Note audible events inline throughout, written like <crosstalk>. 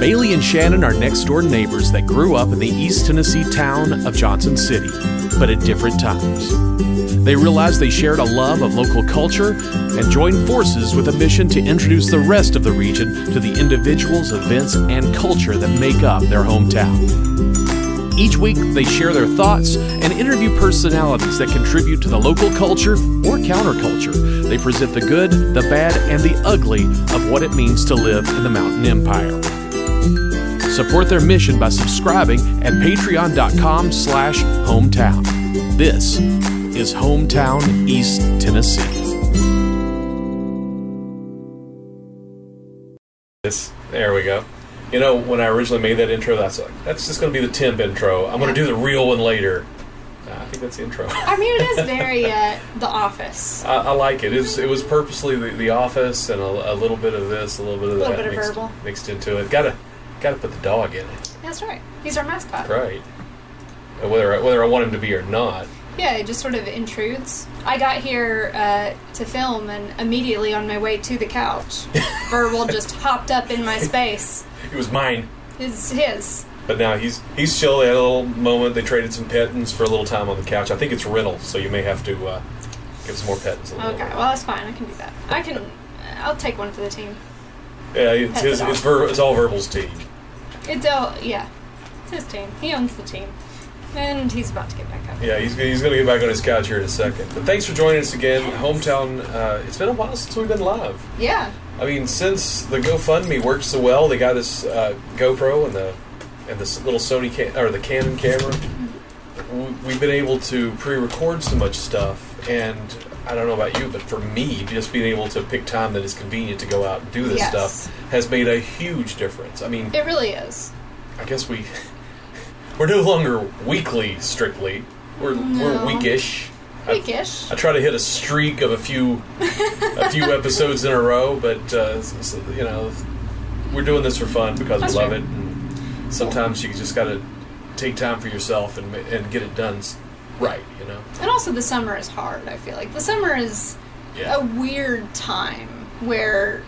Bailey and Shannon are next door neighbors that grew up in the East Tennessee town of Johnson City, but at different times. They realized they shared a love of local culture and joined forces with a mission to introduce the rest of the region to the individuals, events, and culture that make up their hometown. Each week, they share their thoughts and interview personalities that contribute to the local culture or counterculture. They present the good, the bad, and the ugly of what it means to live in the Mountain Empire. Support their mission by subscribing at patreon.com slash hometown. This is Hometown East Tennessee. This, there we go. You know, when I originally made that intro, that's like, that's just going to be the temp intro. I'm going to do the real one later. Nah, I think that's the intro. <laughs> <laughs> I mean, it is very uh, The Office. I, I like it. It's, it was purposely the, the office and a, a little bit of this, a little bit of Little that bit of mixed, verbal. mixed into it. Gotta, gotta put the dog in it, That's right. He's our mascot. right? And Whether I, whether I want him to be or not. Yeah, it just sort of intrudes. I got here uh, to film, and immediately on my way to the couch, Verbal just hopped up in my space. It was mine. It's his. But now he's he's chill. They had a little moment. They traded some pettins for a little time on the couch. I think it's rental, so you may have to uh, give some more pettins. A little Okay, bit. well, that's fine. I can do that. I can. I'll take one for the team. yeah, it's pet his, the dog. it's, ver- it's all Verbal's team. It's all. Yeah. It's his team. He owns the team. And he's about to get back up. Yeah, he's, he's going to get back on his couch here in a second. But thanks for joining us again, hometown. Uh, it's been a while since we've been live. Yeah. I mean, since the GoFundMe worked so well, they got this uh, GoPro and the and this little Sony ca- or the Canon camera. W- We've been able to pre-record so much stuff, and I don't know about you, but for me, just being able to pick time that is convenient to go out and do this Yes. stuff has made a huge difference. I mean, It really is. I guess we <laughs> we're no longer weekly strictly. We're No. we're weekish. I- Weekish. I try to hit a streak of a few a <laughs> few episodes in a row, but uh, s- s- you know, we're doing this for fun because That's we love true. it. And sometimes you just got to take time for yourself and ma- and get it done s- right. You know, And also, the summer is hard, I feel like. The summer is. a weird time where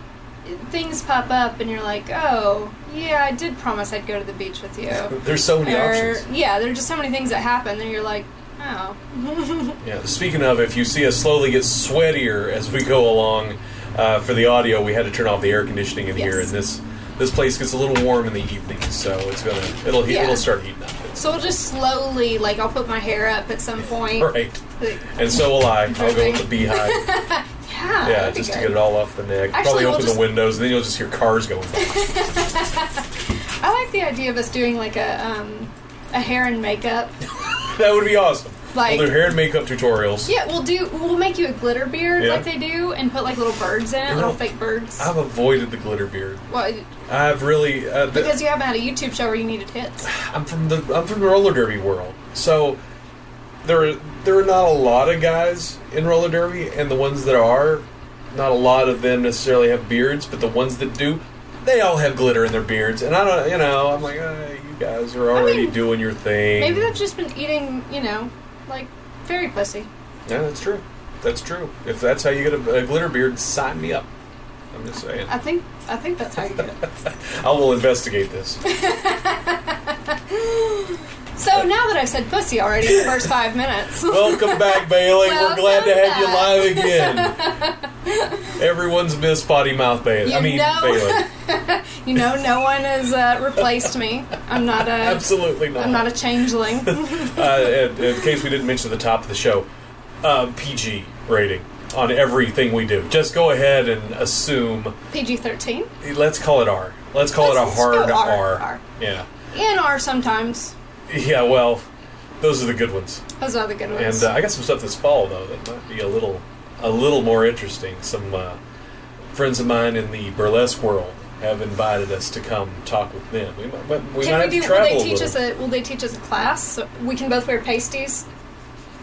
things pop up and you're like, oh, yeah, I did promise I'd go to the beach with you. There's <laughs> so many or, options. yeah, there are just so many things that happen and you're like, oh. Yeah. Speaking of, if you see us slowly get sweatier as we go along, uh, for the audio, we had to turn off the air conditioning in here, and Yes. this this place gets a little warm in the evening, so it's gonna it'll heat Yeah. it'll start heating up. It's, So I'll just slowly, like, I'll put my hair up at some <laughs> point. right. Like, And so will I. I'll go with the <laughs> beehive. yeah, Yeah, that'd be just to good. get it all off the neck. Actually, Probably we'll open just- the windows, and then you'll just hear cars going by. <laughs> I like the idea of us doing, like, a, um, a hair and makeup. <laughs> that would be awesome. Like- we'll do hair and makeup tutorials. Yeah, we'll do, we'll make you a glitter beard Yeah. like they do and put, like, little birds in it, You little know, fake birds. I've avoided the glitter beard. well, I've really uh, th- because you haven't had a YouTube show where you needed hits. I'm from the I'm from the roller derby world, so there are, there are not a lot of guys in roller derby, and the ones that are, not a lot of them necessarily have beards, but the ones that do, they all have glitter in their beards, and I don't, you know, I'm like, uh, you guys are already mean, doing your thing. Maybe they've just been eating, you know, like fairy pussy. Yeah, that's true. That's true. If that's how you get a, a glitter beard, sign me up. I'm just saying. I think I think that's how you get it. <laughs> I will investigate this. So now that I've said pussy already in the first <laughs> five minutes, Welcome back, Bailey. We're glad to have Welcome back. you live <laughs> again. Everyone's missed potty mouth Bailey. I You mean, know. <laughs> Bailey. <laughs> you know, no one has uh, replaced me. I'm not a Absolutely not. I'm not a changeling. <laughs> uh, in, in case we didn't mention at the top of the show, uh, PG rating on everything we do. Just go ahead and assume. PG-13 Let's call it R. Let's call it a Let's- let's hard go R, R. R. Yeah. and R sometimes. Yeah. Well, those are the good ones. Those are the good ones. And uh, I got some stuff this fall though that might be a little, a little more interesting. Some uh, friends of mine in the burlesque world have invited us to come talk with them. We might, but we might Can have we to do? Will travel they a teach little. us a? Will they teach us a class? So we can both wear pasties.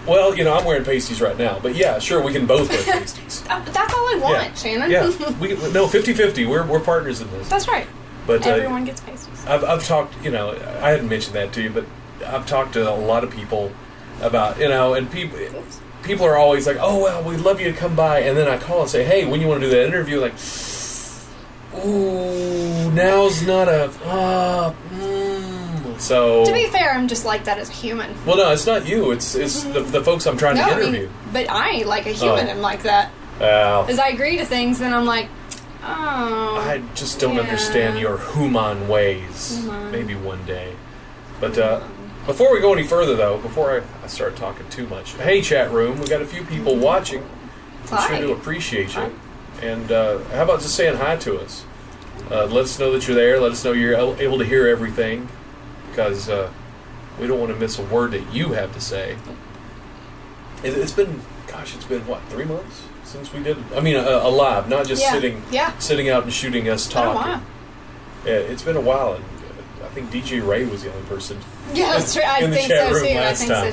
well, you know, I'm wearing pasties right now, but yeah, sure, we can both wear <laughs> pasties. Uh, that's all I want, yeah, Shannon. <laughs> yeah, we can- no 50-50. We're we're partners in this. that's right. But uh, Everyone gets pasties. I've, I've talked, you know, I hadn't mentioned that to you, but I've talked to a lot of people about, you know, and people people are always like, oh, well, we'd love you to come by. And then I call and say, hey, when you want to do that interview? Like, ooh, now's not a. Uh, mm. So. To be fair, I'm just like that as a human. well, no, it's not you. It's it's the, the folks I'm trying No, to I interview. mean, but I ain't like a human. Oh. I'm like that. Well, As I agree to things, then I'm like, oh. I just don't Yeah. understand your human ways. Human. Maybe one day. But uh, before we go any further, though, before I, I start talking too much, hey, chat room, we got a few people watching. We Hi. sure do appreciate you. Hi. And uh, how about just saying hi to us? Uh, let us know that you're there. Let us know you're el- able to hear everything because uh, we don't want to miss a word that you have to say. It, it's been, gosh, it's been what three months since we did. I mean, uh, a live, not just Yeah. sitting, Yeah. sitting out and shooting us I don't talking. want. Yeah, it's been a while, and uh, I think DJ Ray was the only person. Yeah, that's true. I In the think chat so room too. I last think time.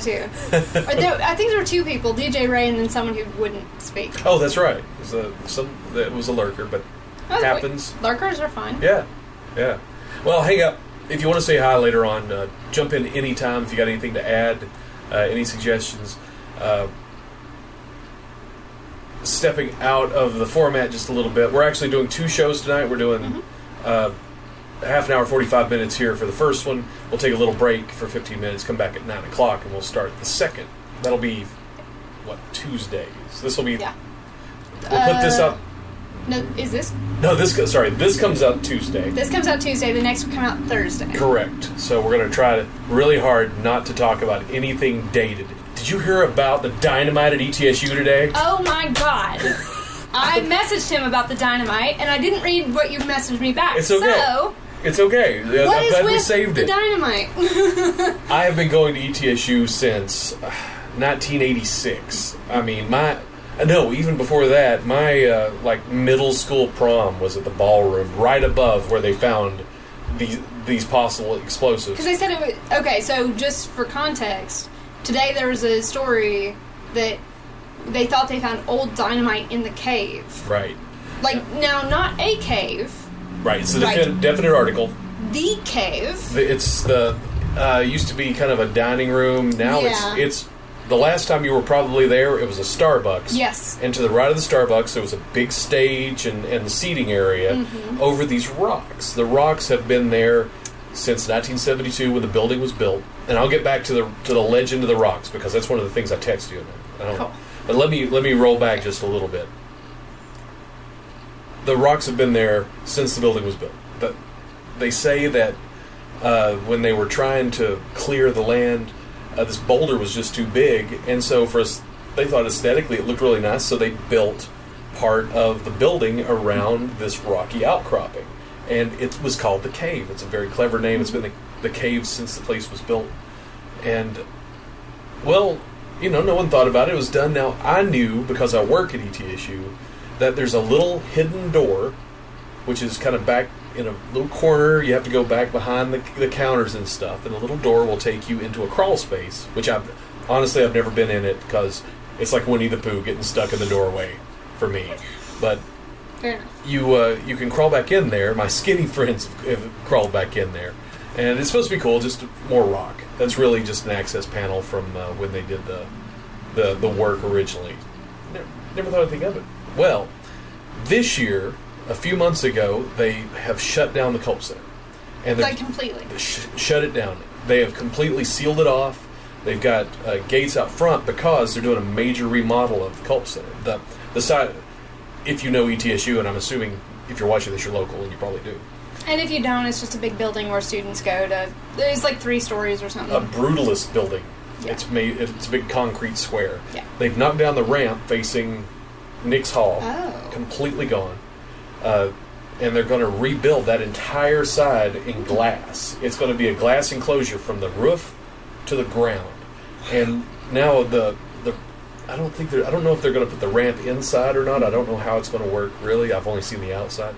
<laughs> so too. Or there- I think there were two people: DJ Ray and then someone who wouldn't <laughs> speak. Oh, that's right. It was a, some that was a lurker, but Oh, happens. wait, Lurkers are fine. Yeah, yeah. Well, hang up. If you want to say hi later on, uh, jump in anytime. If you got anything to add, uh, any suggestions. Uh, stepping out of the format just a little bit, we're actually doing two shows tonight. We're doing Mm-hmm. uh, half an hour, 45 minutes here for the first one. We'll take a little break for 15 minutes, come back at 9 o'clock, and we'll start the second. That'll be, what, Tuesdays? This will be, Yeah. we'll put this Uh, up. No, is this No, this, co- sorry, this comes out Tuesday. this comes out Tuesday? The next will come out Thursday. Correct. So we're going to try to really hard not to talk about anything dated. Did you hear about the dynamite at E ETSU today? Oh my <laughs> god. I messaged him about the dynamite, and I didn't read what you messaged me back. It's okay. So, it's okay. I'm what is glad with we saved the it. dynamite? I have been going to E ETSU since uh, 1986. I mean, my no, even before that, my uh, like middle school prom was at the ballroom, right above where they found these these possible explosives. Because they said it was okay. So just for context, today there was a story that they thought they found old dynamite in the cave. Right, Like now, not a cave, right. It's a Right. defi- definite article. the cave. The- It's the uh, used to be kind of a dining room. Now Yeah. it's it's the last time you were probably there. It was a Starbucks. Yes. And to the right of the Starbucks, there was a big stage and and seating area Mm-hmm. over these rocks. The rocks have been there since 1972 when the building was built. And I'll get back to the to the legend of the rocks because that's one of the things I text you. I don't Cool. But let me let me roll back just a little bit. The rocks have been there since the building was built. But they say that uh, when they were trying to clear the land, uh, this boulder was just too big, and so for us, they thought aesthetically it looked really nice, so they built part of the building around this rocky outcropping, and it was called the cave. It's a very clever name. It's been the, the cave since the place was built, and well, you know, no one thought about it. It was done. Now I knew because I work at E ETSU that there's a little hidden door which is kind of back in a little corner. You have to go back behind the, the counters and stuff, and a little door will take you into a crawl space, which I've honestly I've never been in it because it's like Winnie the Pooh getting stuck in the doorway for me. But Fair enough. you uh, you can crawl back in there. My skinny <laughs> friends have crawled back in there, and it's supposed to be cool. Just more rock. That's really just an access panel from uh, when they did the the, the work originally. Never, never thought anything of it. Well, this year, a few months ago, they have shut down the cult center, and they're- Like completely. sh- shut it down. They have completely sealed it off. They've got uh, gates out front because they're doing a major remodel of the Culp Center. The the side, if you know E ETSU, and I'm assuming if you're watching this, you're local, and you probably do. And if you don't, it's just a big building where students go to. There's like three stories or something. a brutalist building. Yeah. It's made. It's a big concrete square. Yeah. They've knocked down the ramp facing Nick's Hall. Oh. Completely gone. Uh, and they're going to rebuild that entire side in glass. It's going to be a glass enclosure from the roof to the ground. And now the the I don't think they're. I don't know if they're going to put the ramp inside or not. I don't know how it's going to work. Really, I've only seen the outside.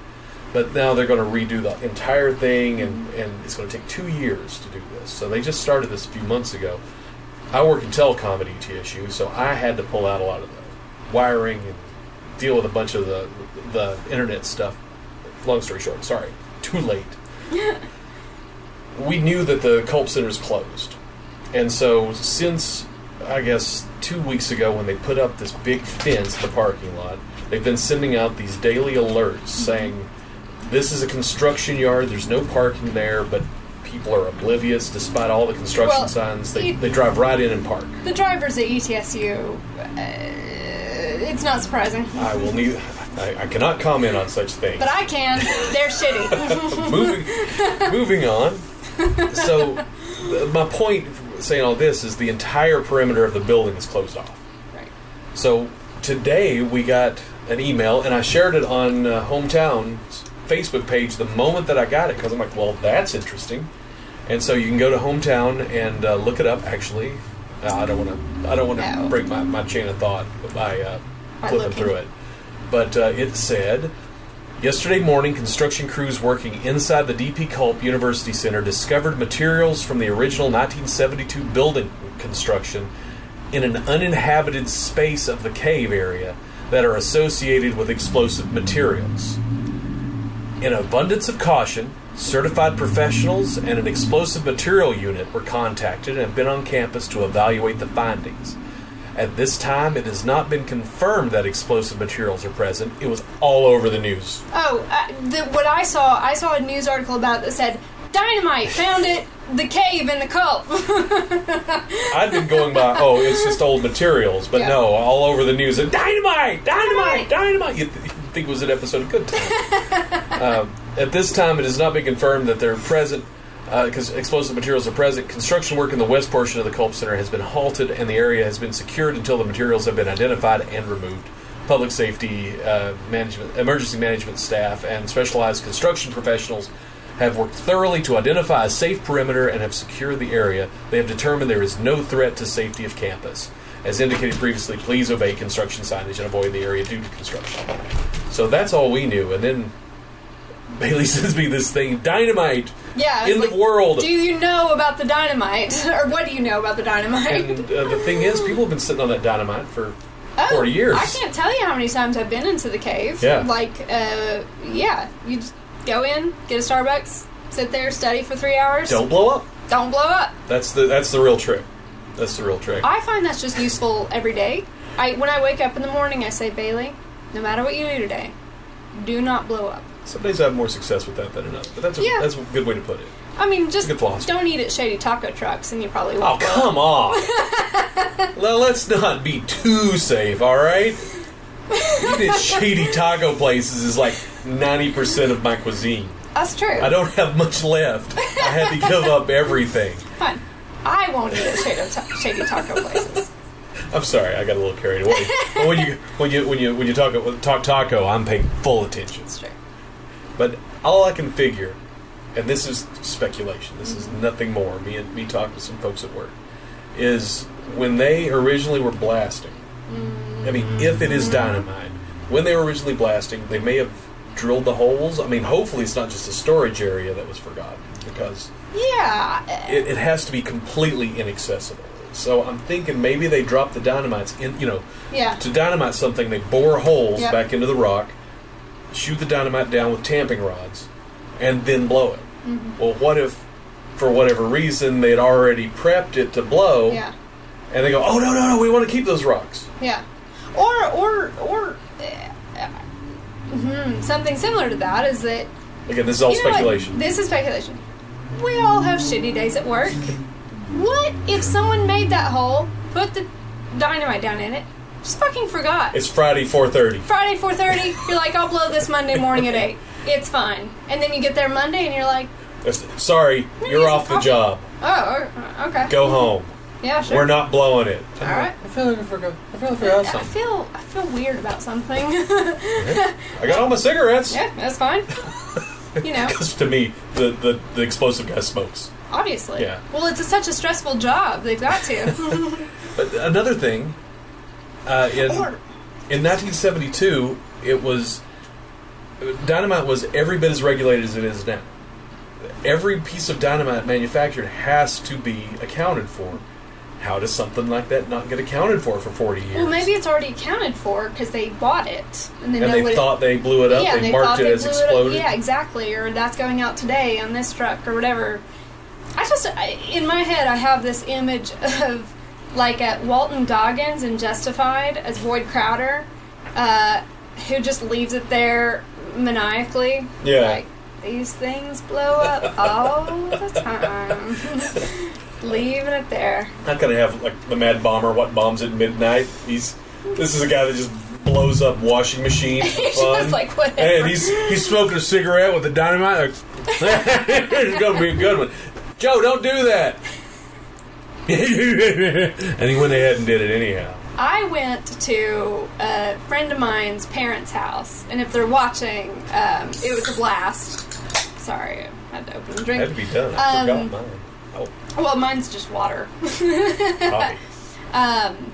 But now they're going to redo the entire thing, and, and it's going to take two years to do this. So they just started this a few months ago. I work in telecom at E ETSU, so I had to pull out a lot of the wiring and deal with a bunch of the the internet stuff. Long story short, sorry, too <laughs> late. we knew that the Culp Center's closed, and so since I guess two weeks ago when they put up this Mm-hmm. big fence in the parking lot, they've been sending out these daily alerts saying this is a construction yard. There's no parking there, but people are oblivious despite all the construction Well, signs. They, it- they drive right in and park. The drivers at E ETSU, uh, it's not surprising. I will need. I, I cannot comment on such things. But I can. They're shitty. moving, moving on. So, th- my point saying all this is the entire perimeter of the building is closed off. <laughs> Right. So today we got an email, and I shared it on uh, hometown's Facebook page the moment that I got it because I'm like, well, that's interesting. And so you can go to hometown and uh, look it up. Actually, uh, I don't want to. I don't want to No. break my, my chain of thought by uh, By flipping looking. through it. But uh, it said. Yesterday morning, construction crews working inside the DP Culp University Center discovered materials from the original 1972 building construction in an uninhabited space of the cave area that are associated with explosive materials. In abundance of caution, certified professionals and an explosive material unit were contacted and have been on campus to evaluate the findings. At this time, it has not been confirmed that explosive materials are present. It was all over the news. Oh, uh, the, what I saw, I saw a news article about that said dynamite found it, the cave in the cult. <laughs> I'd been going by, oh, it's just old materials, but Yeah. no, all over the news, and dynamite, dynamite, Dynamite. dynamite. You, th- you'd think it was an episode of Good Time. um, at this time, it has not been confirmed that they're present because explosive materials are present. Construction work in the west portion of the Culp Center has been halted, and the area has been secured until the materials have been identified and removed. Public safety uh, management, emergency management staff, and specialized construction professionals have worked thoroughly to identify a safe perimeter and have secured the area. They have determined there is no threat to safety of campus. As indicated previously, please obey construction signage and avoid the area due to construction. So that's all we knew, and then Bailey sends me this thing, dynamite yeah. I in was the like, world. Do you know about the dynamite, <laughs> or what do you know about the dynamite? and uh, the thing is, people have been sitting on that dynamite for Oh, 40 years. I can't tell you how many times I've been into the cave. Yeah. Like, uh, yeah, you just go in, get a Starbucks, sit there, study for three hours. Don't blow up. Don't blow up. That's the that's the real trick. That's the real trick. I find that's just useful every day. I when I wake up in the morning, I say, Bailey, no matter what you do today, do not blow up. Some days I have more success with that than another, but that's a, Yeah. that's a good way to put it. I mean, just Good philosophy. don't eat at shady taco trucks, and you probably Oh won't. blow up. come on! <laughs> well, let's not be too safe, all right? <laughs> Eating at shady taco places is like ninety percent of my cuisine. That's true. I don't have much left. I had to give up everything. Fine. I won't eat at shady, ta- shady taco places. I'm sorry, I got a little carried away. But when you when you when you when you talk talk taco, I'm paying full attention. That's true. But all I can figure, and this is speculation, this is nothing more. Me and me talking to some folks at work, is when they originally were blasting. I mean, if it is dynamite, when they were originally blasting, they may have drilled the holes. I mean, hopefully it's not just a storage area that was forgotten because Yeah. it, it has to be completely inaccessible. So I'm thinking maybe they dropped the dynamites in, you know, Yeah. to dynamite something, they bore holes Yep. back into the rock, shoot the dynamite down with tamping rods, and then blow it. Mm-hmm. Well, what if, for whatever reason, they'd already prepped it to blow, Yeah. and they go, oh, no, no, no, we want to keep those rocks. Yeah. Or or or uh, uh, hmm, something similar to that is that Again, this is all you know what? speculation. this is speculation. We all have shitty days at work. what if someone made that hole, put the dynamite down in it, just fucking forgot? it's Friday, 4.30. Friday 4:30. You're like, I'll blow this Monday morning at eight. It's fine. And then you get there Monday and you're like, It's- Sorry, Maybe you're it's off the coffee. job. oh, o- okay. Go home. Yeah, sure. We're not blowing it. All right. I feel like I forgot. I feel like I forgot I something. feel I feel weird about something. <laughs> I got all my cigarettes. <laughs> yeah, that's fine. You know. Because to me, the, the, the explosive guy smokes. Obviously. Yeah. Well, it's a, such a stressful job. They've <laughs> got to. But another thing, uh, in, Or- in 1972, it was dynamite was every bit as regulated as it is now. Every piece of dynamite manufactured has to be accounted for. How does something like that not get accounted for for 40 years? well, maybe it's already accounted for because they bought it and they and know they what thought they blew it it, up. yeah, they, marked thought it they as blew exploded. It up. Yeah, exactly. Or that's going out today on this truck or whatever. I just I, in my head I have this image <laughs> of like at Walton Goggins in Justified as Boyd Crowder, uh, who just leaves it there maniacally. Yeah. Like, these things blow up all the time. <laughs> Leaving it there. <laughs> Not gonna have like the Mad Bomber. What bombs at midnight? He's this is a guy that just blows up washing machines. <laughs> For He's fun. just like, whatever. And he's he's smoking a cigarette with a dynamite. Like, <laughs> it's gonna be a good one. Joe, don't do that. <laughs> and he went ahead and did it anyhow. I went to a friend of mine's parents' house, and if they're watching, um, it was a blast. Sorry, I had to open the drink. Had to be done. I Um, forgot mine. Oh, Well, mine's just water. coffee. Um,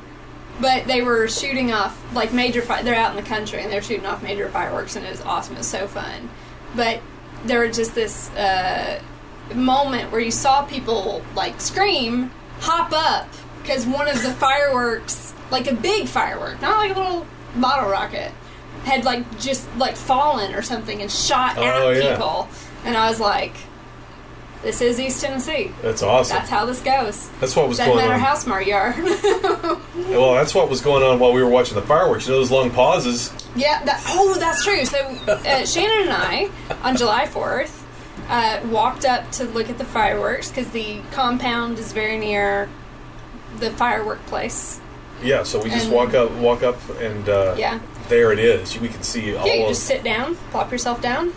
but they were shooting off like major. Fi- they're out in the country and they're shooting off major fireworks, and it was awesome. It's so fun. But there was just this uh, moment where you saw people like scream, hop up, because one of the fireworks, like a big firework, not like a little bottle rocket, had like just like fallen or something and shot Oh, at yeah. people, and I was like, "This is East Tennessee. That's awesome. That's how this goes." That's what was Doesn't going matter on. how smart <laughs> you are. <laughs> Well, that's what was going on while we were watching the fireworks. You know those long pauses. Yeah. That, oh, that's true. So uh, Shannon and I, on July Fourth, uh, walked up to look at the fireworks because the compound is very near the firework place. Yeah, so we just And- walk up, walk up, and uh, Yeah. there it is. We can see all Yeah, you of, just sit down, plop yourself down.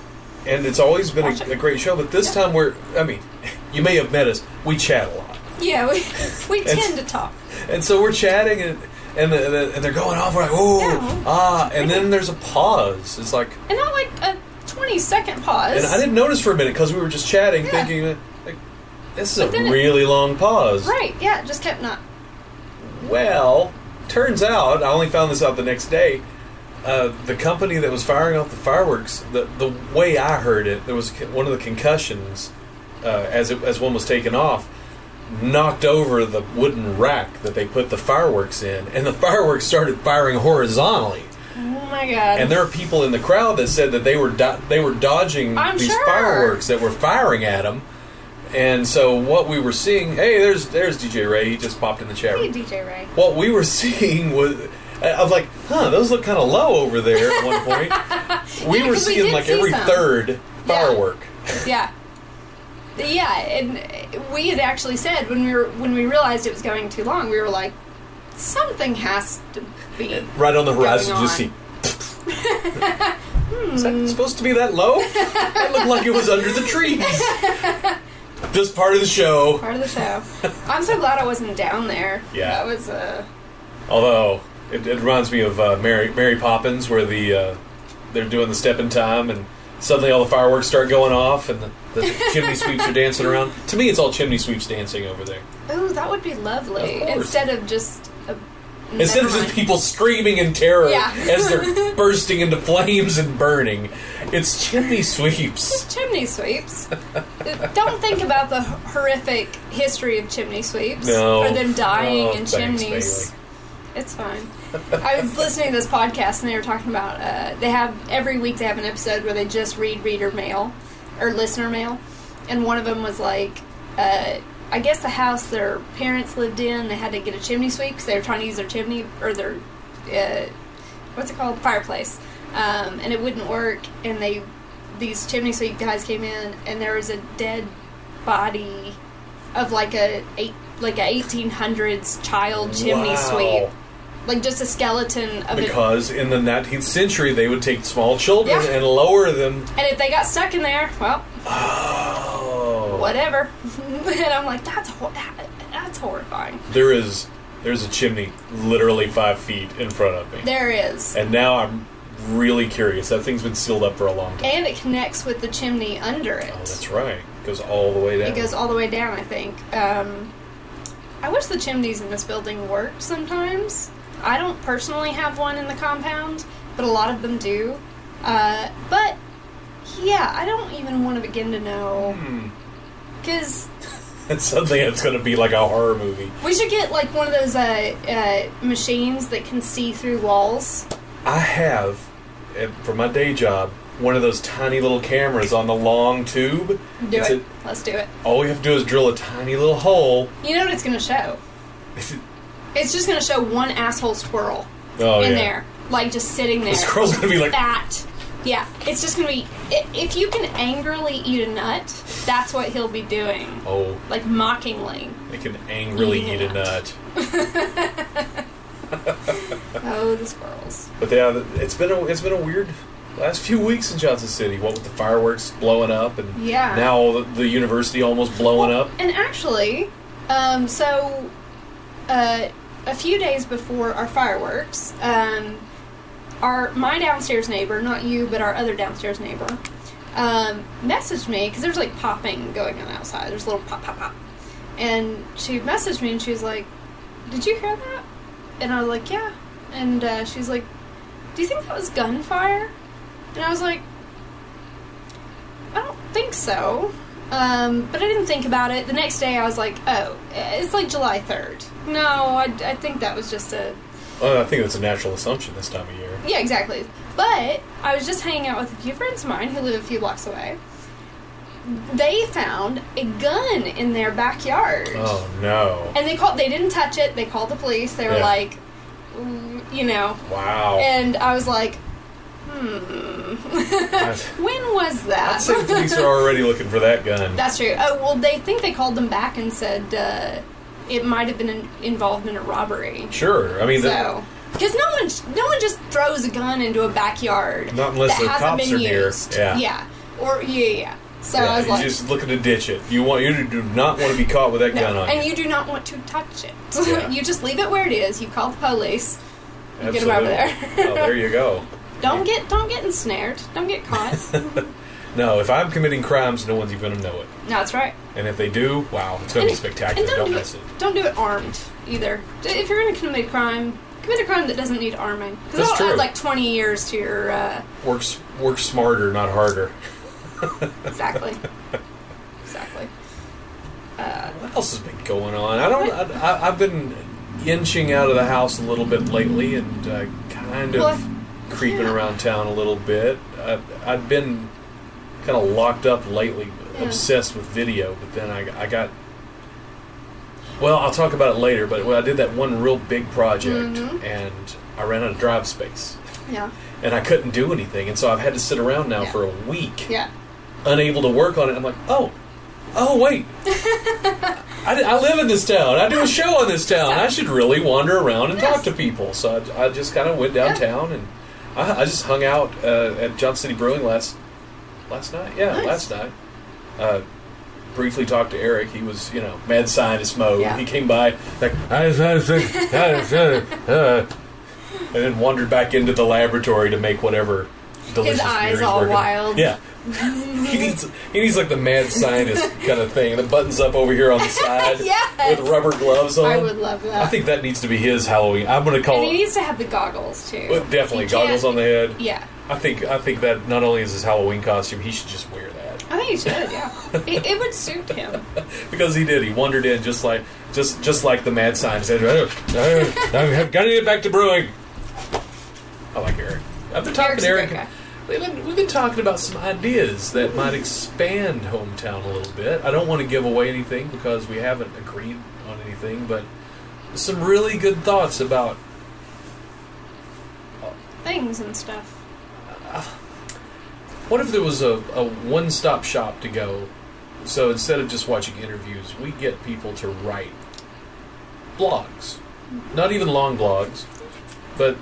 and it's always been Watch it. a, a great show. But this Yeah. time, we're I mean, <laughs> you may have met us. We chat a lot, Yeah, we, <laughs> we It's- tend to talk. and so we're chatting, and and the, the, and they're going off. We're like, oh, Yeah. ah, and then there's a pause. It's like, And not like a 20 second pause. and I didn't notice for a minute because we were just chatting, Yeah. thinking that, like, this is a then it- really long pause. Right, yeah, just kept not. Well, turns out I only found this out the next day. Uh, the company that was firing off the fireworks, the the way I heard it, there was con- one of the concussions uh, as it, as one was taken off, knocked over the wooden rack that they put the fireworks in, and the <laughs> fireworks started firing horizontally. Oh my god. And there are people in the crowd that said that they were do- they were dodging I'm these sure. fireworks that were firing at them. And so what we were seeing, hey, there's there's DJ Ray. He just popped in the chat room hey, DJ Ray. what we were <laughs> seeing was I I was like, huh, those look kind of low over there at one <laughs> point. we Yeah, 'cause were we seeing did like see every some. third Yeah. firework. Yeah. Yeah, and we had actually said when we were when we realized it was going too long, we were like, something has to be. Right on the horizon, Going just on. <laughs> Hmm. see. Is that supposed to be that low? It looked like it was under the <laughs> trees. Just part of the show. Part of <laughs> the show. I'm so glad I wasn't down there. Yeah. that was uh, Although it, it reminds me of uh, Mary Mary Poppins, where the uh, they're doing the step in time, and suddenly all the fireworks start going off, and the, the chimney sweeps are dancing around. To me, it's all chimney sweeps dancing over there. oh, that would be lovely Of course. instead of just a, Instead never of just mind. people screaming in terror Yeah. as <laughs> they're bursting into flames and burning, it's chimney sweeps. chimney sweeps. Don't think about the horrific history of chimney sweeps No. or them dying Oh, in thanks, chimneys. Bailey. It's fine. I was listening to this podcast and they were talking about uh, they have every week they have an episode where they just read reader mail or listener mail, and one of them was like, uh, I guess the house their parents lived in they had to get a chimney sweep because they were trying to use their chimney or their uh, what's it called fireplace, um, and it wouldn't work, and they these chimney sweep guys came in and there was a dead body of like a eight like a 1800s child chimney Wow. sweep like just a skeleton of it. Because in the 19th century, they would take small children Yeah. and lower them. And if they got stuck in there, well, Oh, whatever. <laughs> and I'm like, that's hor- that, that's horrifying. there is there's a chimney literally five feet in front of me, There is, and now I'm really curious. That thing's been sealed up for a long time. and it connects with the chimney under it. oh, that's right. goes all the way down. It goes all the way down. I think. Um, I wish the chimneys in this building worked sometimes. I don't personally have one in the compound, but a lot of them do. Uh, but yeah, I don't even want to begin to know Hmm. <laughs> because. and suddenly it's going to be like a horror movie. We should get like one of those uh, uh, machines that can see through walls. I have, eh, for my day job, one of those tiny little cameras on the long tube. Do It's it. a- Let's do it. all we have to do is drill a tiny little hole. You know what it's gonna show? It's just gonna show one asshole squirrel oh in yeah. there, like just sitting there. The squirrel's gonna be like, fat. Yeah, it's just gonna be i- if you can angrily eat a nut, that's what he'll be doing, Oh, like mockingly. they can angrily Eating eat a a nut. nut. Oh, the squirrels. But yeah, it's been a it's been a weird last few weeks in Johnson City. What with the fireworks blowing up and Yeah. now all the, the university almost blowing up. And actually, um, so uh, a few days before our fireworks, um, our my downstairs neighbor, not you, but our other downstairs neighbor, um, messaged me because there's like popping going on outside. There's a little pop, pop, pop, and she messaged me and she was like, "Did you hear that?" And I was like, "Yeah." And uh, she's like, "Do you think that was gunfire?" And I was like, I don't think so. Um, but I didn't think about it. The next day I was like, oh, it's like July 3rd. No, I, I think that was just a. Well, Oh, I think that's a natural assumption this time of year. Yeah, exactly. But I was just hanging out with a few friends of mine who live a few blocks away. They found a gun in their backyard. Oh no! And they called, they didn't touch it. They called the police. They were Yeah. like, mm, you know. Wow. And I was like, hmm. <laughs> when was that? I'd say the police are already looking for that <laughs> gun. That's true. Oh well, they think they called them back and said uh, it might have been in- involved in a robbery. sure. I mean, the- So, because no one, no one just throws a gun into a backyard. Not unless that the hasn't cops been are near. used. Yeah. yeah, or yeah, yeah, yeah. So yeah, I was you're like, just looking to ditch it. You want you do not want to be caught with that no. gun on and you. you do not want to touch it. Yeah. <laughs> you just leave it where it is. You call the police. Absolutely. get 'em over there. oh, there you go. Don't get, don't get ensnared. Don't get <laughs> caught. no, No, if I'm committing crimes, no one's even going to know it. that's right. And if they do, wow, it's going to be spectacular. And don't, Don't do miss it. Don't do it armed either. D- If you're going to commit a crime, commit a crime that doesn't need arming. Because That's that'll true. add like 20 years to <laughs> your. Uh, Works work smarter, not harder. exactly. exactly. Uh, What else has been going on? I don't. I, I, I've been inching out of the house a little bit lately, and uh, kind of Well, creeping yeah. around town a little bit. I, I've been kind of locked up lately, Yeah. obsessed with video. But then I, I got. Well, I'll talk about it later. But when I did that one real big project, Mhm. and I ran out of drive space, yeah. and I couldn't do anything, and so I've had to sit around now Yeah. for a week Yeah. unable to work on it. I'm like, oh, oh wait, <laughs> I, I live in this town. I do a show in this town. I should really wander around and talk Yes. to people. So I, I just kind of went downtown and I, I just hung out uh, at John City Brewing last last night. Yeah, Nice. last night. Uh, briefly talked to Eric. He was, you know, mad scientist mode. Yeah. He came by like, and then wandered back into the laboratory to make whatever. delicious eyes beer he's all working on. wild. Yeah, <laughs> he needs he needs like the mad scientist kind of thing. The buttons up over here on <laughs> the side Yes. with rubber gloves on. I would love that. Um, I think that needs to be his Halloween. I'm going to call and he it needs to have the goggles too. well, definitely He goggles can't- on the head. Yeah. I think I think that not only is his Halloween costume, he should just wear that I think he <laughs> should, yeah. it, it would suit him. because he did. He wandered in just like just just like the mad scientist. said, "Oh, oh, I've got to get back to brewing. I like Eric. I've been talking Eric's to a Eric. great guy. We've been, we've been talking about some ideas that might expand hometown a little bit. I don't want to give away anything because we haven't agreed on anything, but some really good thoughts about Things and stuff. what if there was a, a one stop shop to go. So instead of just watching interviews, we get people to write blogs. Not even long blogs, but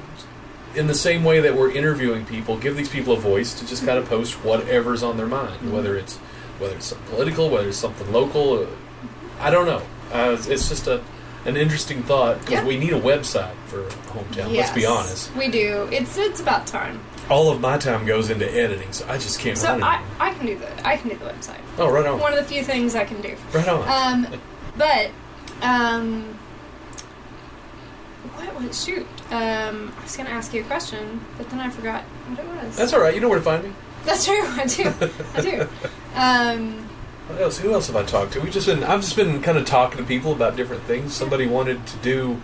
in the same way that we're interviewing people, give these people a voice to just kind of post whatever's on their mind, Mm-hmm. whether it's whether it's something political, whether it's something local. uh, I don't know. Uh, it's, it's just a an interesting thought because Yeah. we need a website for hometown. Let's be Yes. honest. We do. It's it's about time. All of my time goes into editing, so I just can't So run it. I, I can do the I can do the website. oh, right on. One of the few things I can do. Right on. Um, but um, what was shoot? Um, I was gonna ask you a question, but then I forgot what it was. That's all right. You know where to find me. <laughs> That's true. I do. I do. Um, What else? Who else have I talked to? We just been. I've just been kind of talking to people about different things. Somebody wanted to do.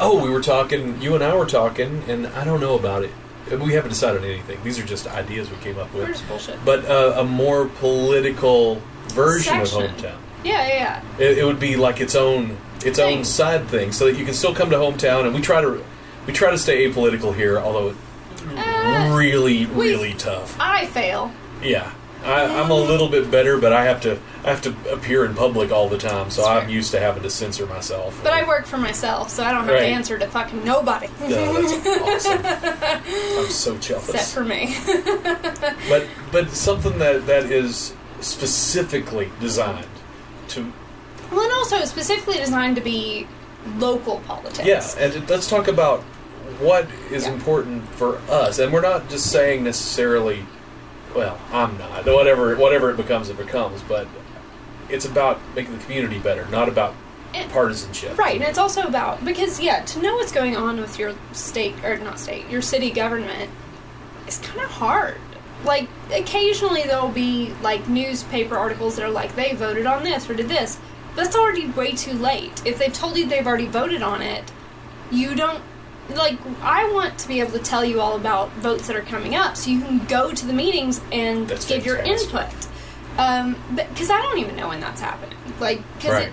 Oh, we were talking. You and I were talking, and I don't know about it. We haven't decided on anything. These are just ideas we came up we're with. just bullshit. But uh, a more political version of Section. hometown. Yeah, yeah, It, it would be like its own its Thing. own side thing, so that you can still come to hometown. And we try to we try to stay apolitical here, although it yeah. Uh, Uh, really, we- really tough. I fail. Yeah, I, I'm a little bit better, but I have to I have to appear in public all the time, so That's I'm fair. used to having to censor myself. But I work for myself, so I don't have Right. to answer to fucking <laughs> nobody. No, that's awesome. I'm so <laughs> Except jealous. for me. <laughs> but but something that that is specifically designed to well, and also it's specifically designed to be local politics. yeah, and let's talk about what is Yeah. important for us, and we're not just saying necessarily. Well, I'm not. Whatever whatever it becomes, it becomes. But it's about making the community better, not about And- partisanship. Right, and it's also about because yeah, to know what's going on with your state or not state, your city government is kind of hard. Like occasionally there'll be like newspaper articles that are like they voted on this or did this. That's already way too late. If they've told you they've already voted on it, you don't like I want to be able to tell you all about votes that are coming up so you can go to the meetings and That's give fantastic. your input. Um, but because I don't even know when that's happening, like because Right.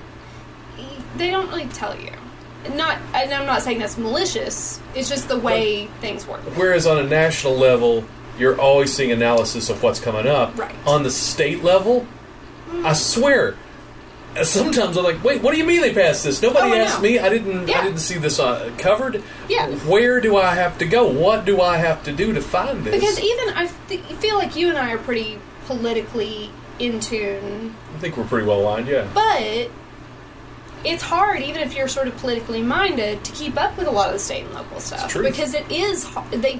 they don't really tell you. Not, and I'm not saying that's malicious. It's just the way things work. Whereas on a national level, you're always seeing analysis of what's coming up. Right. On the state level, I swear, sometimes I'm like, wait, what do you mean they passed this? Nobody Oh, I asked know. me. I didn't. Yeah. I didn't see this uh, covered. Yeah. Where do I have to go? What do I have to do to find this? Because even I th- feel like you and I are pretty politically in tune, I think we're pretty well aligned. Yeah. but it's hard, even if you're sort of politically minded, to keep up with a lot of the state and local stuff true. because it is har- they.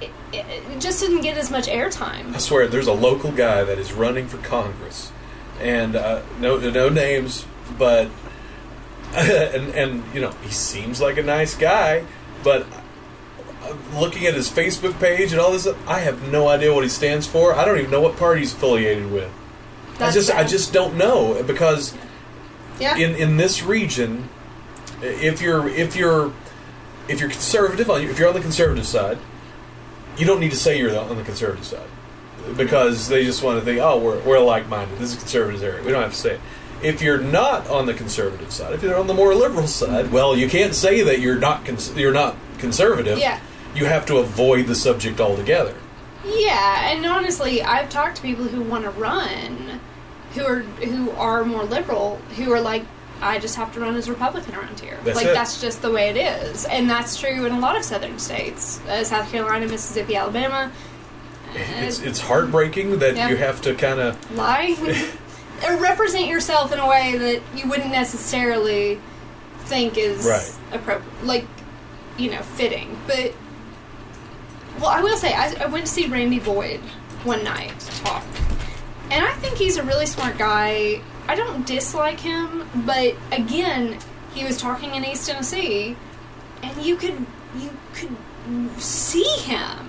It, it, it just didn't get as much I airtime. swear, there's a local guy that is running for Congress, and uh, no, no names, but <laughs> and and you know he seems like a nice guy, but uh, looking at his Facebook page and all this, I have no idea what he stands for. I don't even know what party he's affiliated with. I That's just I bad. just don't know because yeah. in in this region, if you're if you're if you're conservative on if you're on the conservative side, you don't need to say you're on the conservative side because they just want to think, oh, we're we're like minded. This is a conservative area. We don't have to say it. If you're not on the conservative side, if you're on the more liberal side, well, you can't say that you're not cons- you're not conservative. Yeah. You have to avoid the subject altogether. Yeah, and honestly, I've talked to people who want to run, who are who are more liberal, who are like, I just have to run as Republican around here. That's like it. that's just the way it is, and that's true in a lot of Southern states, uh, South Carolina, Mississippi, Alabama. It's it's heartbreaking that Uh-huh. Yeah. you have to kind of <laughs> Lie, or represent yourself in a way that you wouldn't necessarily think is Right. appropriate, like you know, fitting. But well, I will say I, I went to see Randy Boyd one night to talk, and I think he's a really smart guy. I don't dislike him, but again, he was talking in East Tennessee, and you could you could see him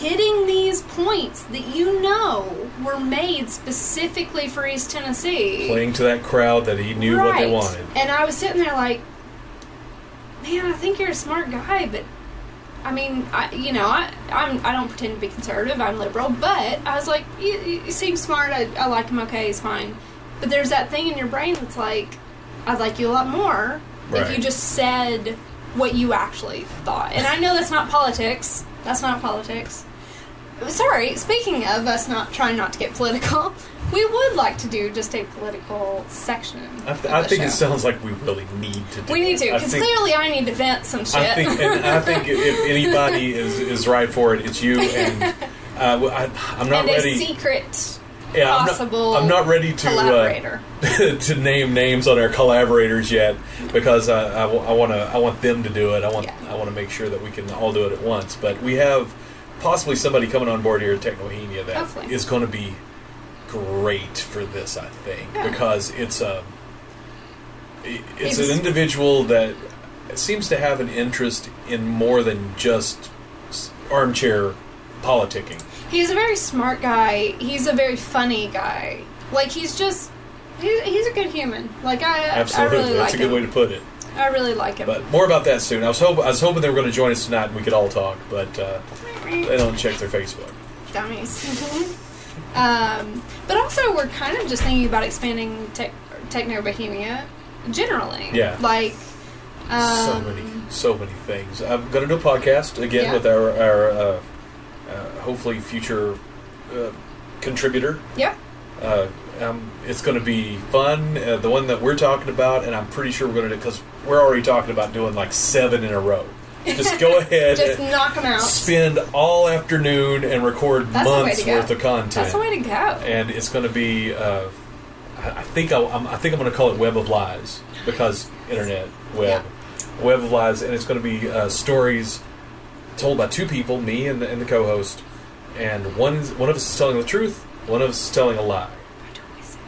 hitting these points that you know were made specifically for East Tennessee. playing to that crowd that he knew what they wanted. And I was sitting there like, man, I think you're a smart guy, but I mean, I you know, I I'm I don't pretend to be conservative. I'm liberal, but I was like, you, you seem smart. I, I like him. Okay, he's fine. But there's that thing in your brain that's like, I'd like you a lot more if Right. you just said what you actually thought. And I know that's not politics. That's not politics. Sorry, speaking of us not trying not to get political, <laughs> we would like to do just a political section. I, th- of I the think show. it sounds like we really need to. Do We need it. to, I because think- clearly I need to vent some shit. I think, <laughs> and I think if anybody is, is right for it, it's you. <laughs> And uh, I, I'm not and ready. a secret yeah, I'm not- possible I'm not ready to collaborator. Uh, <laughs> to name names on our collaborators yet, because I, want to. I want them to do it. I want. Yeah. I want to make sure that we can all do it at once. But we have possibly somebody coming on board here at Technohemia that Hopefully. going to be great for this. I think Yeah. because it's a. it- It's It's- an individual that seems to have an interest in more than just s- armchair politicking. He's a very smart guy. He's a very funny guy. Like he's just, he's, he's a good human. Like I, Absolutely, I really that's like a good him. way to put it. I really like him. But more about that soon. I was hope I was hoping they were going to join us tonight and we could all talk, but uh, they don't check their Facebook. dummies. <laughs> um, but also, we're kind of just thinking about expanding tech, Techno Bohemia generally. Yeah. Like, um, so many, so many things. I'm going to do a podcast again Yeah. with our our uh, uh, hopefully future uh, contributor. <laughs> Yeah. Uh, um, it's going to be fun. Uh, the one that we're talking about, and I'm pretty sure we're going to because we're already talking about doing like seven in a row. Just <laughs> go ahead, Just and knock them out. spend all afternoon and record That's the way months to go. worth of content. That's the way to go. and it's going to be. Uh, I I think I, I'm, I think I'm going to call it Web of Lies because internet web, Web of Lies, and it's going to be uh, stories told by two people, me and the, and the co-host, and one is, one of us is telling the truth, one of us is telling a lie,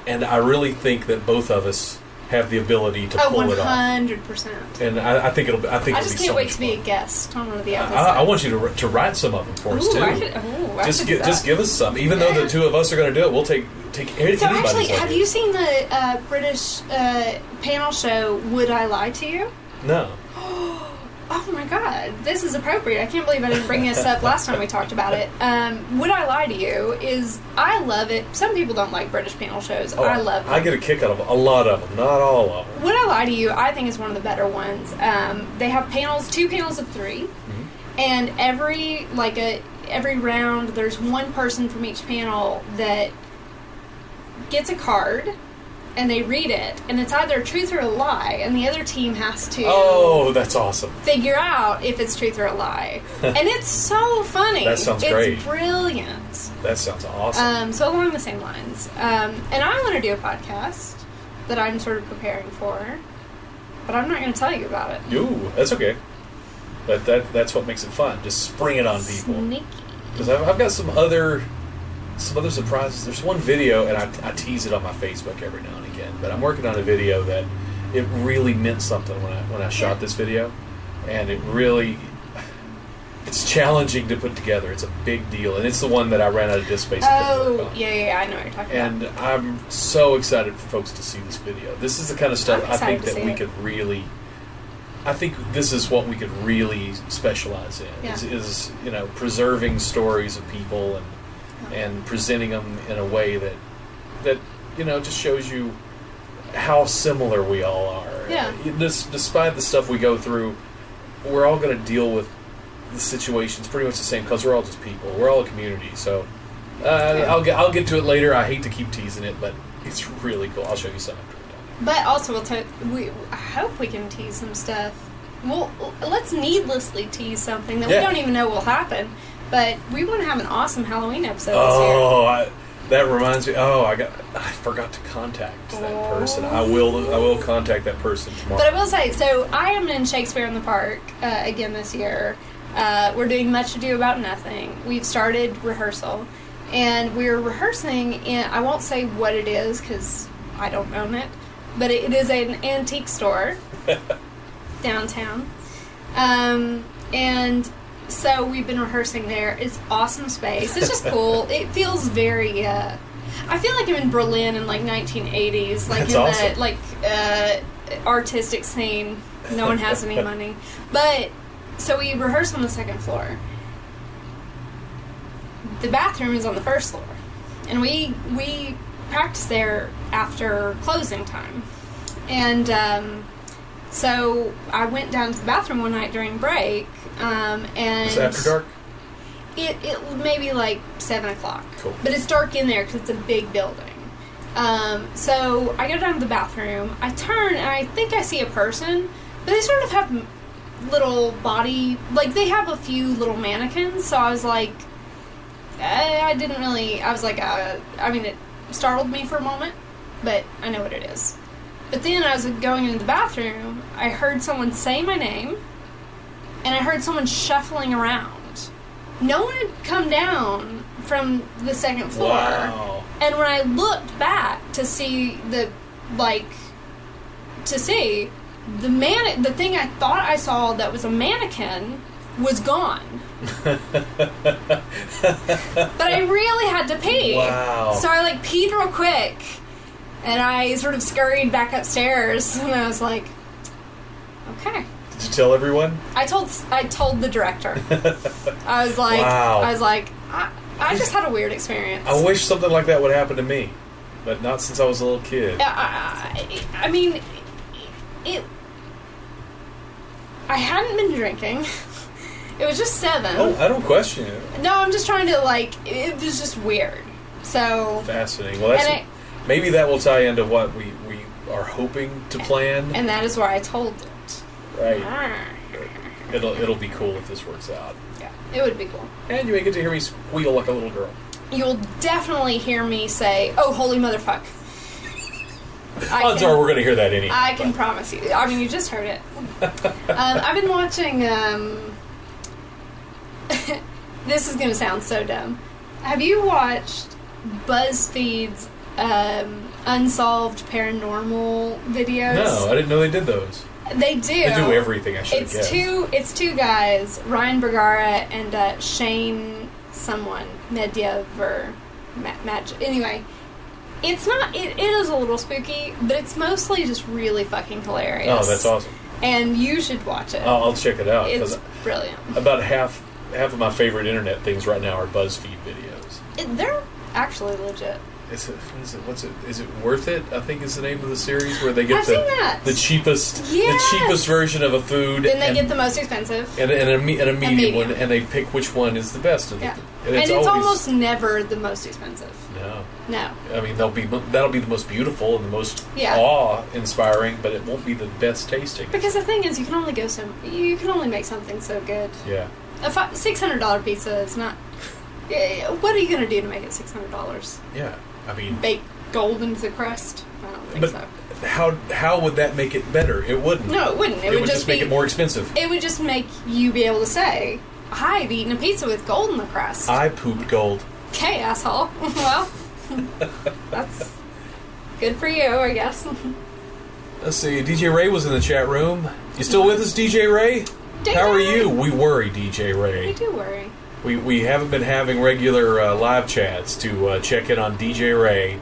and I really think that both of us have the ability to Oh, pull it off. 100%. And I, I think it'll. be I think I it'll just be so can't wait much to be a fun. guest on one of the I, episodes. I- I want you to, wr- to write some of them for us Ooh, too I could, ooh, I just could give, do that. just give us some. Even though the Yeah. two of us are going to do it, we'll take take any- So anybody's actually, idea. have you seen the uh, British uh, panel show? Would I lie to you? No. Oh my god, this is appropriate. I can't believe I didn't bring this up last time we talked about it. Um, Would I lie to you? Is I love it. Some people don't like British panel shows. Oh, I love. I Them. get a kick out of a lot of them, not all of them. Would I lie to you? I think is one of the better ones. Um, they have panels, two panels of 3 Mm-hmm. and every like a every round there's one person from each panel that gets a card and they read it and it's either a truth or a lie and the other team has to Oh, that's awesome. figure out if it's truth or <laughs> a lie and it's so funny That sounds it's great. brilliant That sounds awesome. um, so along the same lines um, and i want to do a podcast that i'm sort of preparing for but i'm not going to tell you about it Ooh, that's okay. But that that's what makes it fun. Just spring it on people. sneaky Because I've, I've got some other some other surprises. There's one video, and I, I tease it on my Facebook every now and again. But I'm working on a video that it really meant something when I when I shot this video, and it really it's challenging to put together. It's a big deal, and it's the one that I ran out of disk space. and couldn't work Oh, on. yeah, yeah, yeah, I know what you're talking And about. I'm so excited for folks to see this video. This is the kind of stuff I'm I think excited to that see we it. could really. I think this is what we could really specialize in Yeah. is, is you know preserving stories of people and and presenting them in a way that that you know just shows you how similar we all are. Yeah. Uh, This, despite the stuff we go through, we're all going to deal with the situations pretty much the same because we're all just people. We're all a community. So uh, Yeah. I'll get I'll get to it later. I hate to keep teasing it, but it's really cool. I'll show you some after we're But also, we'll t- we I hope we can tease some stuff. Well, let's needlessly tease something that Yeah. we don't even know will happen. But we want to have an awesome Halloween episode Oh, I, that reminds me. Oh, I got I forgot to contact that person. I will I will contact that person tomorrow. But I will say, so I am in Shakespeare in the Park uh, again this year. Uh, we're doing Much Ado About Nothing. We've started rehearsal, and we're rehearsing. In, I won't say what it is because I don't own it, but it, it is an antique store downtown. Um, and so we've been rehearsing there. It's awesome space. It's just cool. it feels very. Uh, I feel like I'm in Berlin in like 1980s, like That's in awesome. the like uh, artistic scene. No one <laughs> has any money, but so we rehearse on the second floor. The bathroom is on the first floor, and we we practice there after closing time, and. Um, so I went down to the bathroom one night during break, um, and It's after dark. It, it maybe like seven o'clock. Cool. But it's dark in there because it's a big building. Um, so I go down to the bathroom. I turn and I think I see a person, but they sort of have m- little body, like they have a few little mannequins. So I was like, eh, I, I didn't really. I was like, uh, I mean, it startled me for a moment, but I know what it is. But then as I was going into the bathroom, I heard someone say my name, and I heard someone shuffling around. No one had come down from the second floor. Wow. And when I looked back to see the, like, to see the man, the thing I thought I saw that was a mannequin was gone. <laughs> but I really had to pee. Wow. So I like peed real quick, and I sort of scurried back upstairs, and I was like, okay. Did you tell everyone? I told I told the director. I was like, Wow. I was like, I, I just had a weird experience. I wish something like that would happen to me, but not since I was a little kid. I, I I mean, it. I hadn't been drinking. It was just seven. Oh, I don't question it. No, I'm just trying to like. It was just weird. So Fascinating. Well, that's, And I- maybe that will tie into what we, we are hoping to plan. and that is why I told it. right. Yeah, It'll it'll be cool if this works out. it would be cool. And you may get to hear me squeal like a little girl. You'll definitely hear me say, "Oh, holy motherfuck." I Odds can- are we're going to hear that anyway. I can promise you. I mean, you just <laughs> heard it. um, I've been watching. Um, <laughs> this is going to sound so dumb. Have you watched BuzzFeed's um, Unsolved Paranormal videos? no, I didn't know they did those. They do. They do everything. I should It's guess. two. It's two guys, Ryan Bergara and uh, Shane someone Mediev or Ma- Match. Anyway, it's not. It, it is a little spooky, but it's mostly just really fucking hilarious. Oh, that's awesome. Oh, uh, And you should watch it. I'll, I'll check it out it's because brilliant. about half half of my favorite internet things right now are BuzzFeed videos. It, they're actually legit. Is it, what is it? What's it? Is it worth it? I think is the name of the series where they get I've the seen that. the cheapest Yes. the cheapest version of a food. Then they and, get the most expensive. and, and a, me- and a medium, medium. one, and they pick which one is the best. Of yeah. the, And it's, almost never the most expensive. no. No. I mean, they'll be that'll be the most beautiful and the most Yeah. awe-inspiring, but it won't be the best tasting. Because the thing is, you can only go so. You can only make something so good. Yeah, A six hundred dollar pizza is not. Yeah, What are you gonna do to make it six hundred dollars? yeah. I mean, Bake gold into the crust? I don't think but so. how how would that make it better? It wouldn't. No, it wouldn't. It, it, would, would just be. make it more expensive. It would just make you be able to say, "I've eaten a pizza with gold in the crust." I pooped gold. okay, asshole. <laughs> well, that's good for you, I <laughs> guess. Let's see. DJ Ray was in the chat room. You still with us, DJ Ray? How are Ray. you? We worry, DJ I Ray. do worry. We, we haven't been having regular uh, live chats to uh, check in on DJ Ray. Yep.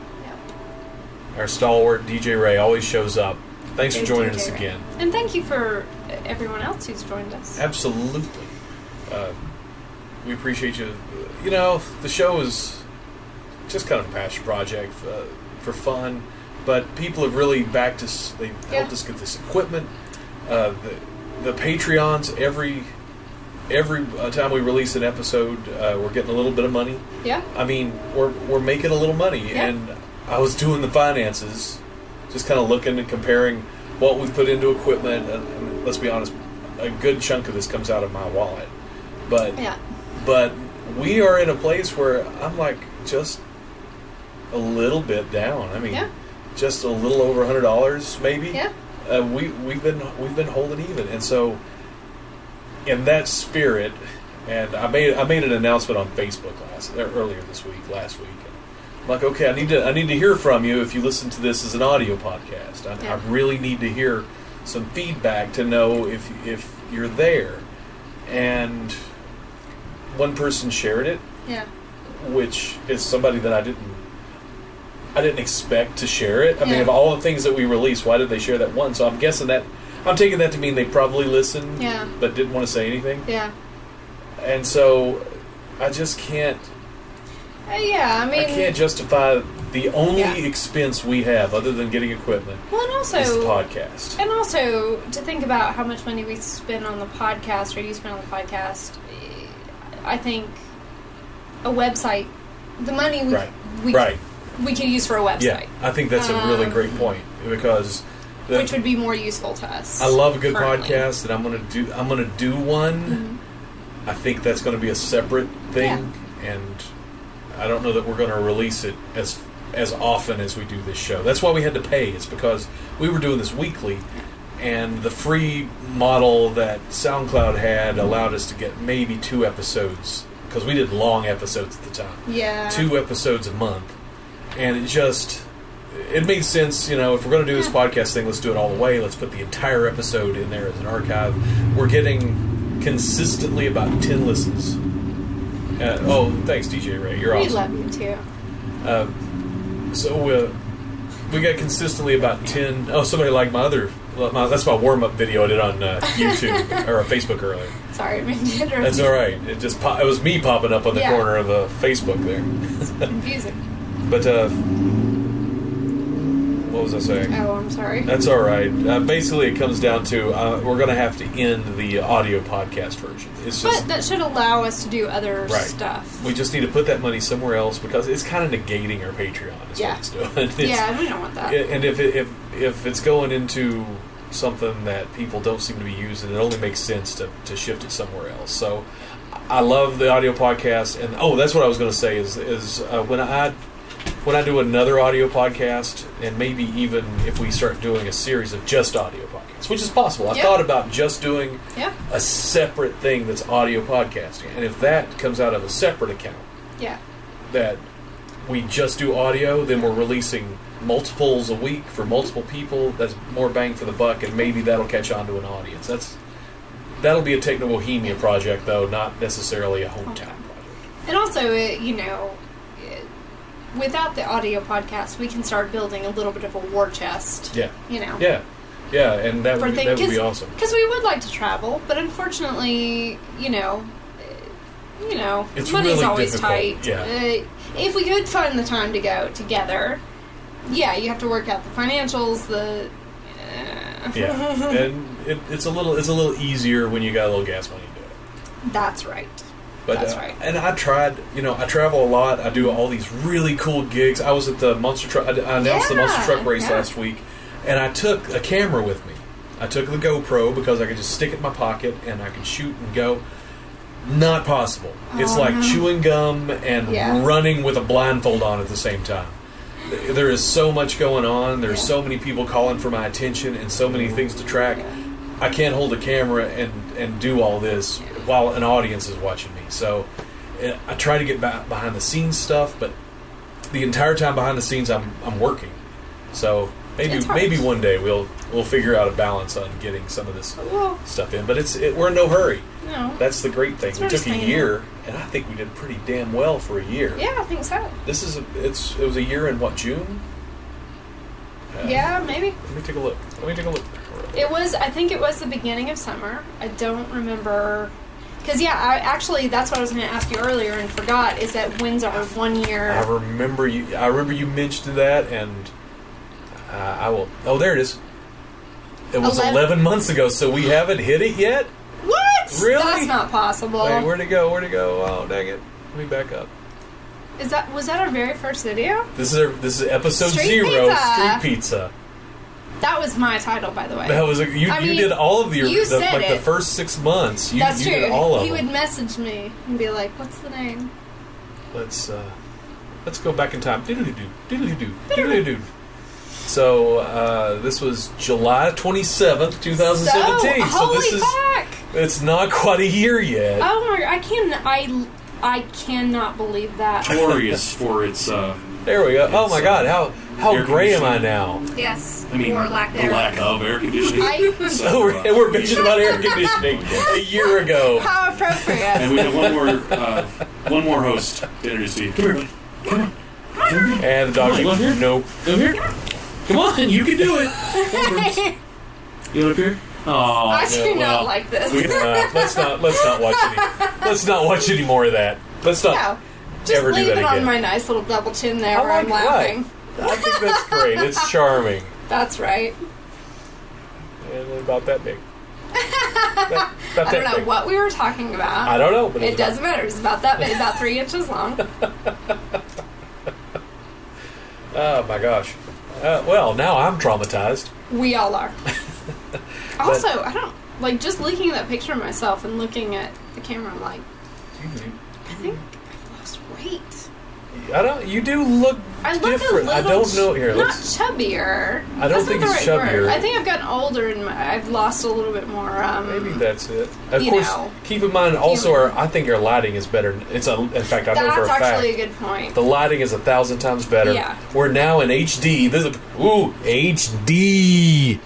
Our stalwart DJ Ray always shows up. Thanks for There's joining DJ us Ray. again. And thank you for uh, everyone else who's joined us. Absolutely. Uh, we appreciate you. You know, the show is just kind of a passion project uh, for fun, but people have really backed us. They have Yeah. helped us get this equipment. Uh, the, the Patreons every every uh, time we release an episode, uh, we're getting a little bit of money. Yeah. I mean, we're we're making a little money, Yeah. and I was doing the finances, just kind of looking and comparing what we've put into equipment. And, and let's be honest, a good chunk of this comes out of my wallet, but Yeah. but we are in a place where I'm like just a little bit down. I mean, Yeah. just a little over hundred dollars, maybe. Yeah. Uh, we we've been we've been holding even, and so in that spirit, and I made I made an announcement on Facebook last er, earlier this week, last week. I'm like, okay, I need to I need to hear from you if you listen to this as an audio podcast. I, Yeah. I really need to hear some feedback to know if if you're there. And one person shared it, Yeah. which is somebody that I didn't I didn't expect to share it. I mean, Yeah. of all the things that we release, why did they share that one? So I'm guessing that I'm taking that to mean they probably listened, Yeah. but didn't want to say anything. Yeah. And so I just can't Uh, yeah. I I, mean. can't justify the only Yeah. expense we have other than getting equipment Well, and also, is the podcast. and also to think about how much money we spend on the podcast or you spend on the podcast, eh, I think a website, the money we Right. we, right. we could use for a website, Yeah. Uh, I think that's a really Um, great point because the- which would be more useful to us. I love a good currently. podcast, and I'm gonna do. I'm gonna do one. Mm-hmm. I think that's gonna be a separate thing, and I don't know that we're gonna release it as as often as we do this show. That's why we had to pay. It's because we were doing this weekly, and the free model that SoundCloud had allowed us to get maybe two episodes because we did long episodes at the time Yeah. two episodes a month, and it just it made sense. You know, if we're going to do this Yeah. podcast thing, let's do it all the way. Let's put the entire episode in there as an archive. We're getting consistently about ten listens. Uh, oh, thanks, DJ Ray. You're we awesome. love you too. Uh, so uh, we got consistently about ten oh somebody liked my other. My, that's my warm up video I did on <laughs> uh, YouTube or Facebook earlier. Sorry, I mean, <laughs> it That's all right. It just pop, it was me popping up on the Yeah. corner of uh, Facebook there. confusing. But uh, what what was I saying? Oh, I'm sorry. That's all right. Uh, basically, it comes down to uh, we're going to have to end the audio podcast version. It's just But that should allow us to do other Right. stuff. we just need to put that money somewhere else because it's kind of negating our Patreon. Is Yeah. what it's doing. <laughs> It's- yeah, we don't want that. Yeah, and if it, if if it's going into something that people don't seem to be using, it only makes sense to, to shift it somewhere else. So I love the audio podcast, and oh, that's what I was going to say is is uh, when I when I do another audio podcast, and maybe even if we start doing a series of just audio podcasts, which is possible. I Yeah. thought about just doing Yeah, a separate thing that's audio podcasting, and if that comes out of a separate account yeah. that we just do audio, then we're releasing multiples a week for multiple people. That's more bang for the buck, and maybe that'll catch on to an audience. That's that'll be a techno bohemia project, though, not necessarily a hometown Okay. project. And also, it, you know, it, without the audio podcast, we can start building a little bit of a war chest. Yeah, You know. yeah, yeah, and that For would, be- things that would be awesome. Because we would like to travel, but unfortunately, you know, eh, you know, It's money's really always difficult, tight. yeah. Eh, if we could find the time to go together, yeah, you have to work out the financials. The eh, Yeah, and it, it's a little it's a little easier when you got a little gas money to do it. <laughs> that's right. But, That's uh, right. And I tried, you know, I travel a lot. I do all these really cool gigs. I was at the monster truck. I, I announced the Yeah, monster truck race yeah. last week, and I took a camera with me. I took the GoPro because I could just stick it in my pocket and I could shoot and go. Not possible. it's Oh, like no. chewing gum and Yeah. running with a blindfold on at the same time. Th- There is so much going on. There's Yeah. so many people calling for my attention and so many things to track. I can't hold a camera and, and do all this while an audience is watching me. So eh, I try to get ba- behind the scenes stuff, but the entire time behind the scenes, I'm, I'm working. So maybe It's hard. maybe one day we'll we'll figure out a balance on getting some of this Well, stuff in. But it's it, we're in no hurry. no. That's the great thing. It's we took a understandable. year, and I think we did pretty damn well for a year. yeah, I think so. This is a, it's it was a year in what June? Uh, Yeah, maybe. Let me take a look. Let me take a look. It was, I think it was the beginning of summer. I don't remember. Because, yeah, I, actually, that's what I was going to ask you earlier and forgot is that when's our one year. I remember you. I remember you mentioned that, and uh, I will. Oh, there it is. It was Eleven- eleven, months ago, so we haven't hit it yet. What? Really? That's not possible. Wait, where'd it go? Where'd it go? Oh, dang it! Let me back up. Is that was that our very first video? This is our, this is episode Street zero. pizza. Street pizza. That was my title, by the way. That was a, you. I you mean, did all of the, you the- said like the it. first six months. You, That's you true. Did all of he them. would message me and be like, "What's the name?" let's uh, let's go back in time. Diddly doo, diddly doo, diddly doo. So uh, this was July twenty seventh, two thousand seventeen. So, Oh, holy this is fuck! it's not quite a year yet. Oh my! I can I I cannot believe that. notorious for its. Uh, there we go. Oh my It's, uh, god, how how air gray am I conditioning. now? Yes. I mean, the lack of air conditioning. uh, <laughs> I, So we're, and we're bitching about air conditioning a year ago. how appropriate. <laughs> and we have one more uh, one more host to introduce you. Come here, come on, And the dog, Come on, here. nope. come here. Come on, you can do it. You want up here? I Oh, do yeah, not well, like this. we- Uh, let's not let's not watch any let's not watch any more of that. Let's not. no. <laughs> Just ever do leave that it on again. my nice little double chin there I where like I'm laughing. that. I think that's great. It's charming. That's right. And about that <laughs> big. That- about I don't that know big. what we were talking about. I don't know, but It it's about- doesn't matter. It's about that big, about three <laughs> inches long. Oh my gosh. Uh, well, now I'm traumatized. We all are. also, I don't like just looking at that picture of myself and looking at the camera. I'm like, I think I've lost weight. I don't. You do look I look different. a little. I don't know here. Not Let's, chubbier. I don't That's think not the it's right chubbier. Word. I think I've gotten older and my, I've lost a little bit more. Um, maybe that's it. Of You course, know. keep in mind also. You- Our, I think our lighting is better. It's a. In fact, I know for a That's fact actually a good point. the lighting is a thousand times better. Yeah. We're now in HD. This is ooh HD.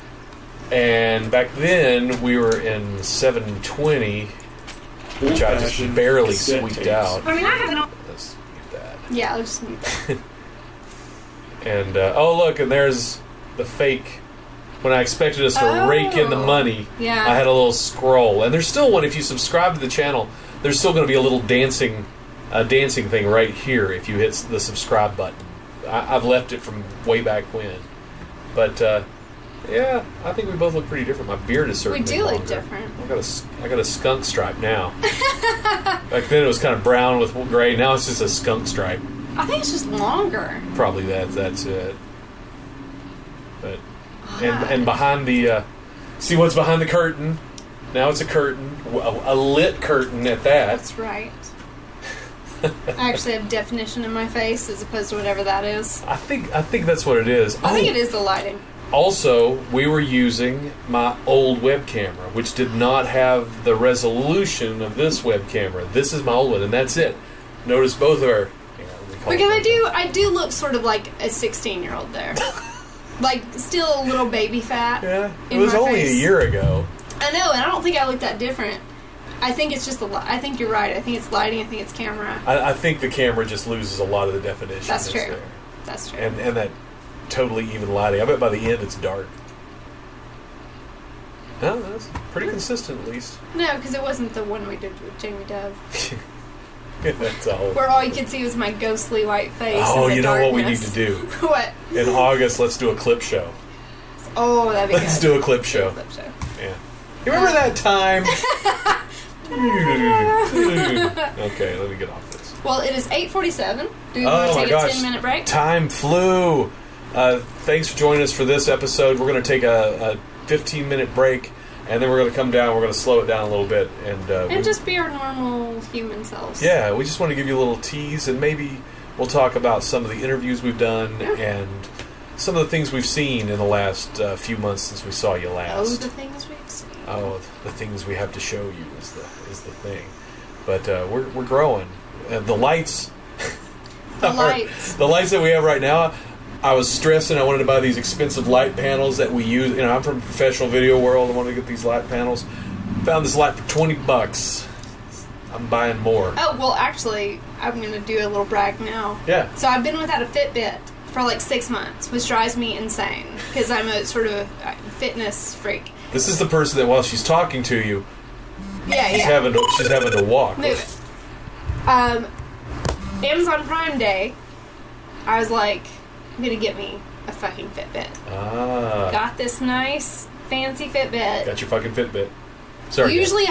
And back then we were in 720, which I just Old-fashioned barely cassette squeaked tapes. out. I mean, I haven't. Let's mute that. Yeah, I'll just mute that. And uh, oh look, and there's the fake. When I expected us to Oh. rake in the money, Yeah. I had a little scroll, and there's still one. If you subscribe to the channel, there's still going to be a little dancing, uh, dancing thing right here if you hit s- the subscribe button. I, I've left it from way back when, But uh, yeah, I think we both look pretty different. My beard is certainly We do look longer. different. I got a s- I got a skunk stripe now. <laughs> Back then it was kind of brown with gray. Now it's just a skunk stripe. I think it's just longer. Probably that that's it. But and and behind the uh, see what's behind the curtain. Now it's a curtain, a, a lit curtain at that. <laughs> That's right. I actually have definition in my face as opposed to whatever that is. I think I think that's what it is. I think Oh, it is the lighting. Also, we were using my old web camera, which did not have the resolution of this web camera. This is my old one, and that's it. Notice both are. Because I do, I do look sort of like a 16 year <laughs> old there. like, still a little baby fat. Yeah, it in was my only a face. year ago. I know, and I don't think I look that different. I think it's just the. Li- I think you're right. I think it's lighting. I think it's camera. I, I think the camera just loses a lot of the definition. That's true. there. That's true. and and that totally even lighting. I bet by the end it's dark. No, that's pretty consistent at least. <laughs> no, because it wasn't the one we did with Jamie Dove, that's all. where all you could see was my ghostly white face. Oh, in the you know what we need to darkness. do <laughs> what? in August? Let's do a clip <laughs> show. Oh, that'd be Let's good. do a clip <laughs> show. Clip show. Yeah. You remember that <laughs> time? <laughs> okay, let me get off this. Well, it is 8:47. Do we want Oh to my take a gosh. 10 minute break? Time flew. Uh, thanks for joining us for this episode. We're going to take a, a 15 minute break and then we're going to come down. We're going to slow it down a little bit. And, uh, we- And just be our normal human selves. yeah, we just want to give you a little tease and maybe we'll talk about some of the interviews we've done Yeah. and some of the things we've seen in the last uh, few months since we saw you Oh, last. the things we've seen. oh, the things we have to show you is the is the thing. But uh, we're we're growing. Uh, the lights, The are- lights. the lights that we have right now. I was stressing. I wanted to buy these expensive light panels that we use. You know, I'm from the professional video world. I wanted to get these light panels. Found this light for twenty bucks. I'm buying more. Oh well, actually, I'm gonna do a little brag now. Yeah. So I've been without a Fitbit for like six months, which drives me insane because I'm a sort of a fitness freak. This is the person that while she's talking to you, Yeah, she's yeah. having to, she's having to walk. Move it. Um, Amazon Prime Day, I was like, I'm gonna get me a fucking Fitbit. Ah, Got this nice fancy Fitbit. got your fucking Fitbit. Sorry. guys. Usually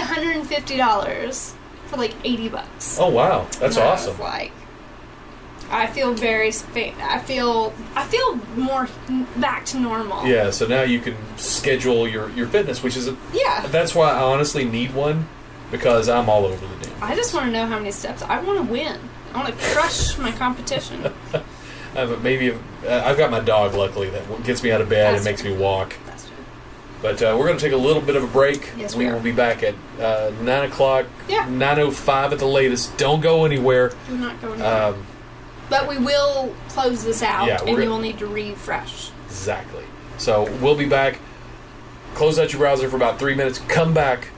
$150 for like 80 bucks. Oh wow, that's And I was awesome. Like, I feel very. Spa- I feel. I feel more n- back to normal. Yeah, so now you can schedule your, your fitness, which is a, Yeah. that's why I honestly need one because I'm all over the damn. I just want to know how many steps. I want to win. I want to crush my competition. <laughs> Uh, but maybe uh, I've got my dog. Luckily, that w- gets me out of bed and That's makes me true. walk. That's true. But uh, we're going to take a little bit of a break. Yes, we we are. will be back at uh, nine o'clock. Yeah. nine o five at the latest. Don't go anywhere. We're not going. to Um, but we will close this out, Yeah, we're and gonna- you will need to refresh. exactly. So we'll be back. Close out your browser for about three minutes. Come back,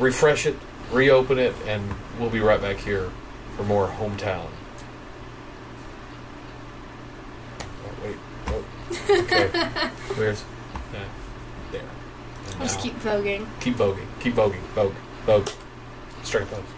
refresh it, reopen it, and we'll be right back here for more hometown. Oh, wait. Oh, <laughs> okay. Where's? Yeah. There. And I'll just now- keep voguing. keep voguing. Keep voguing. Vogue. Vogue. Straight vogue.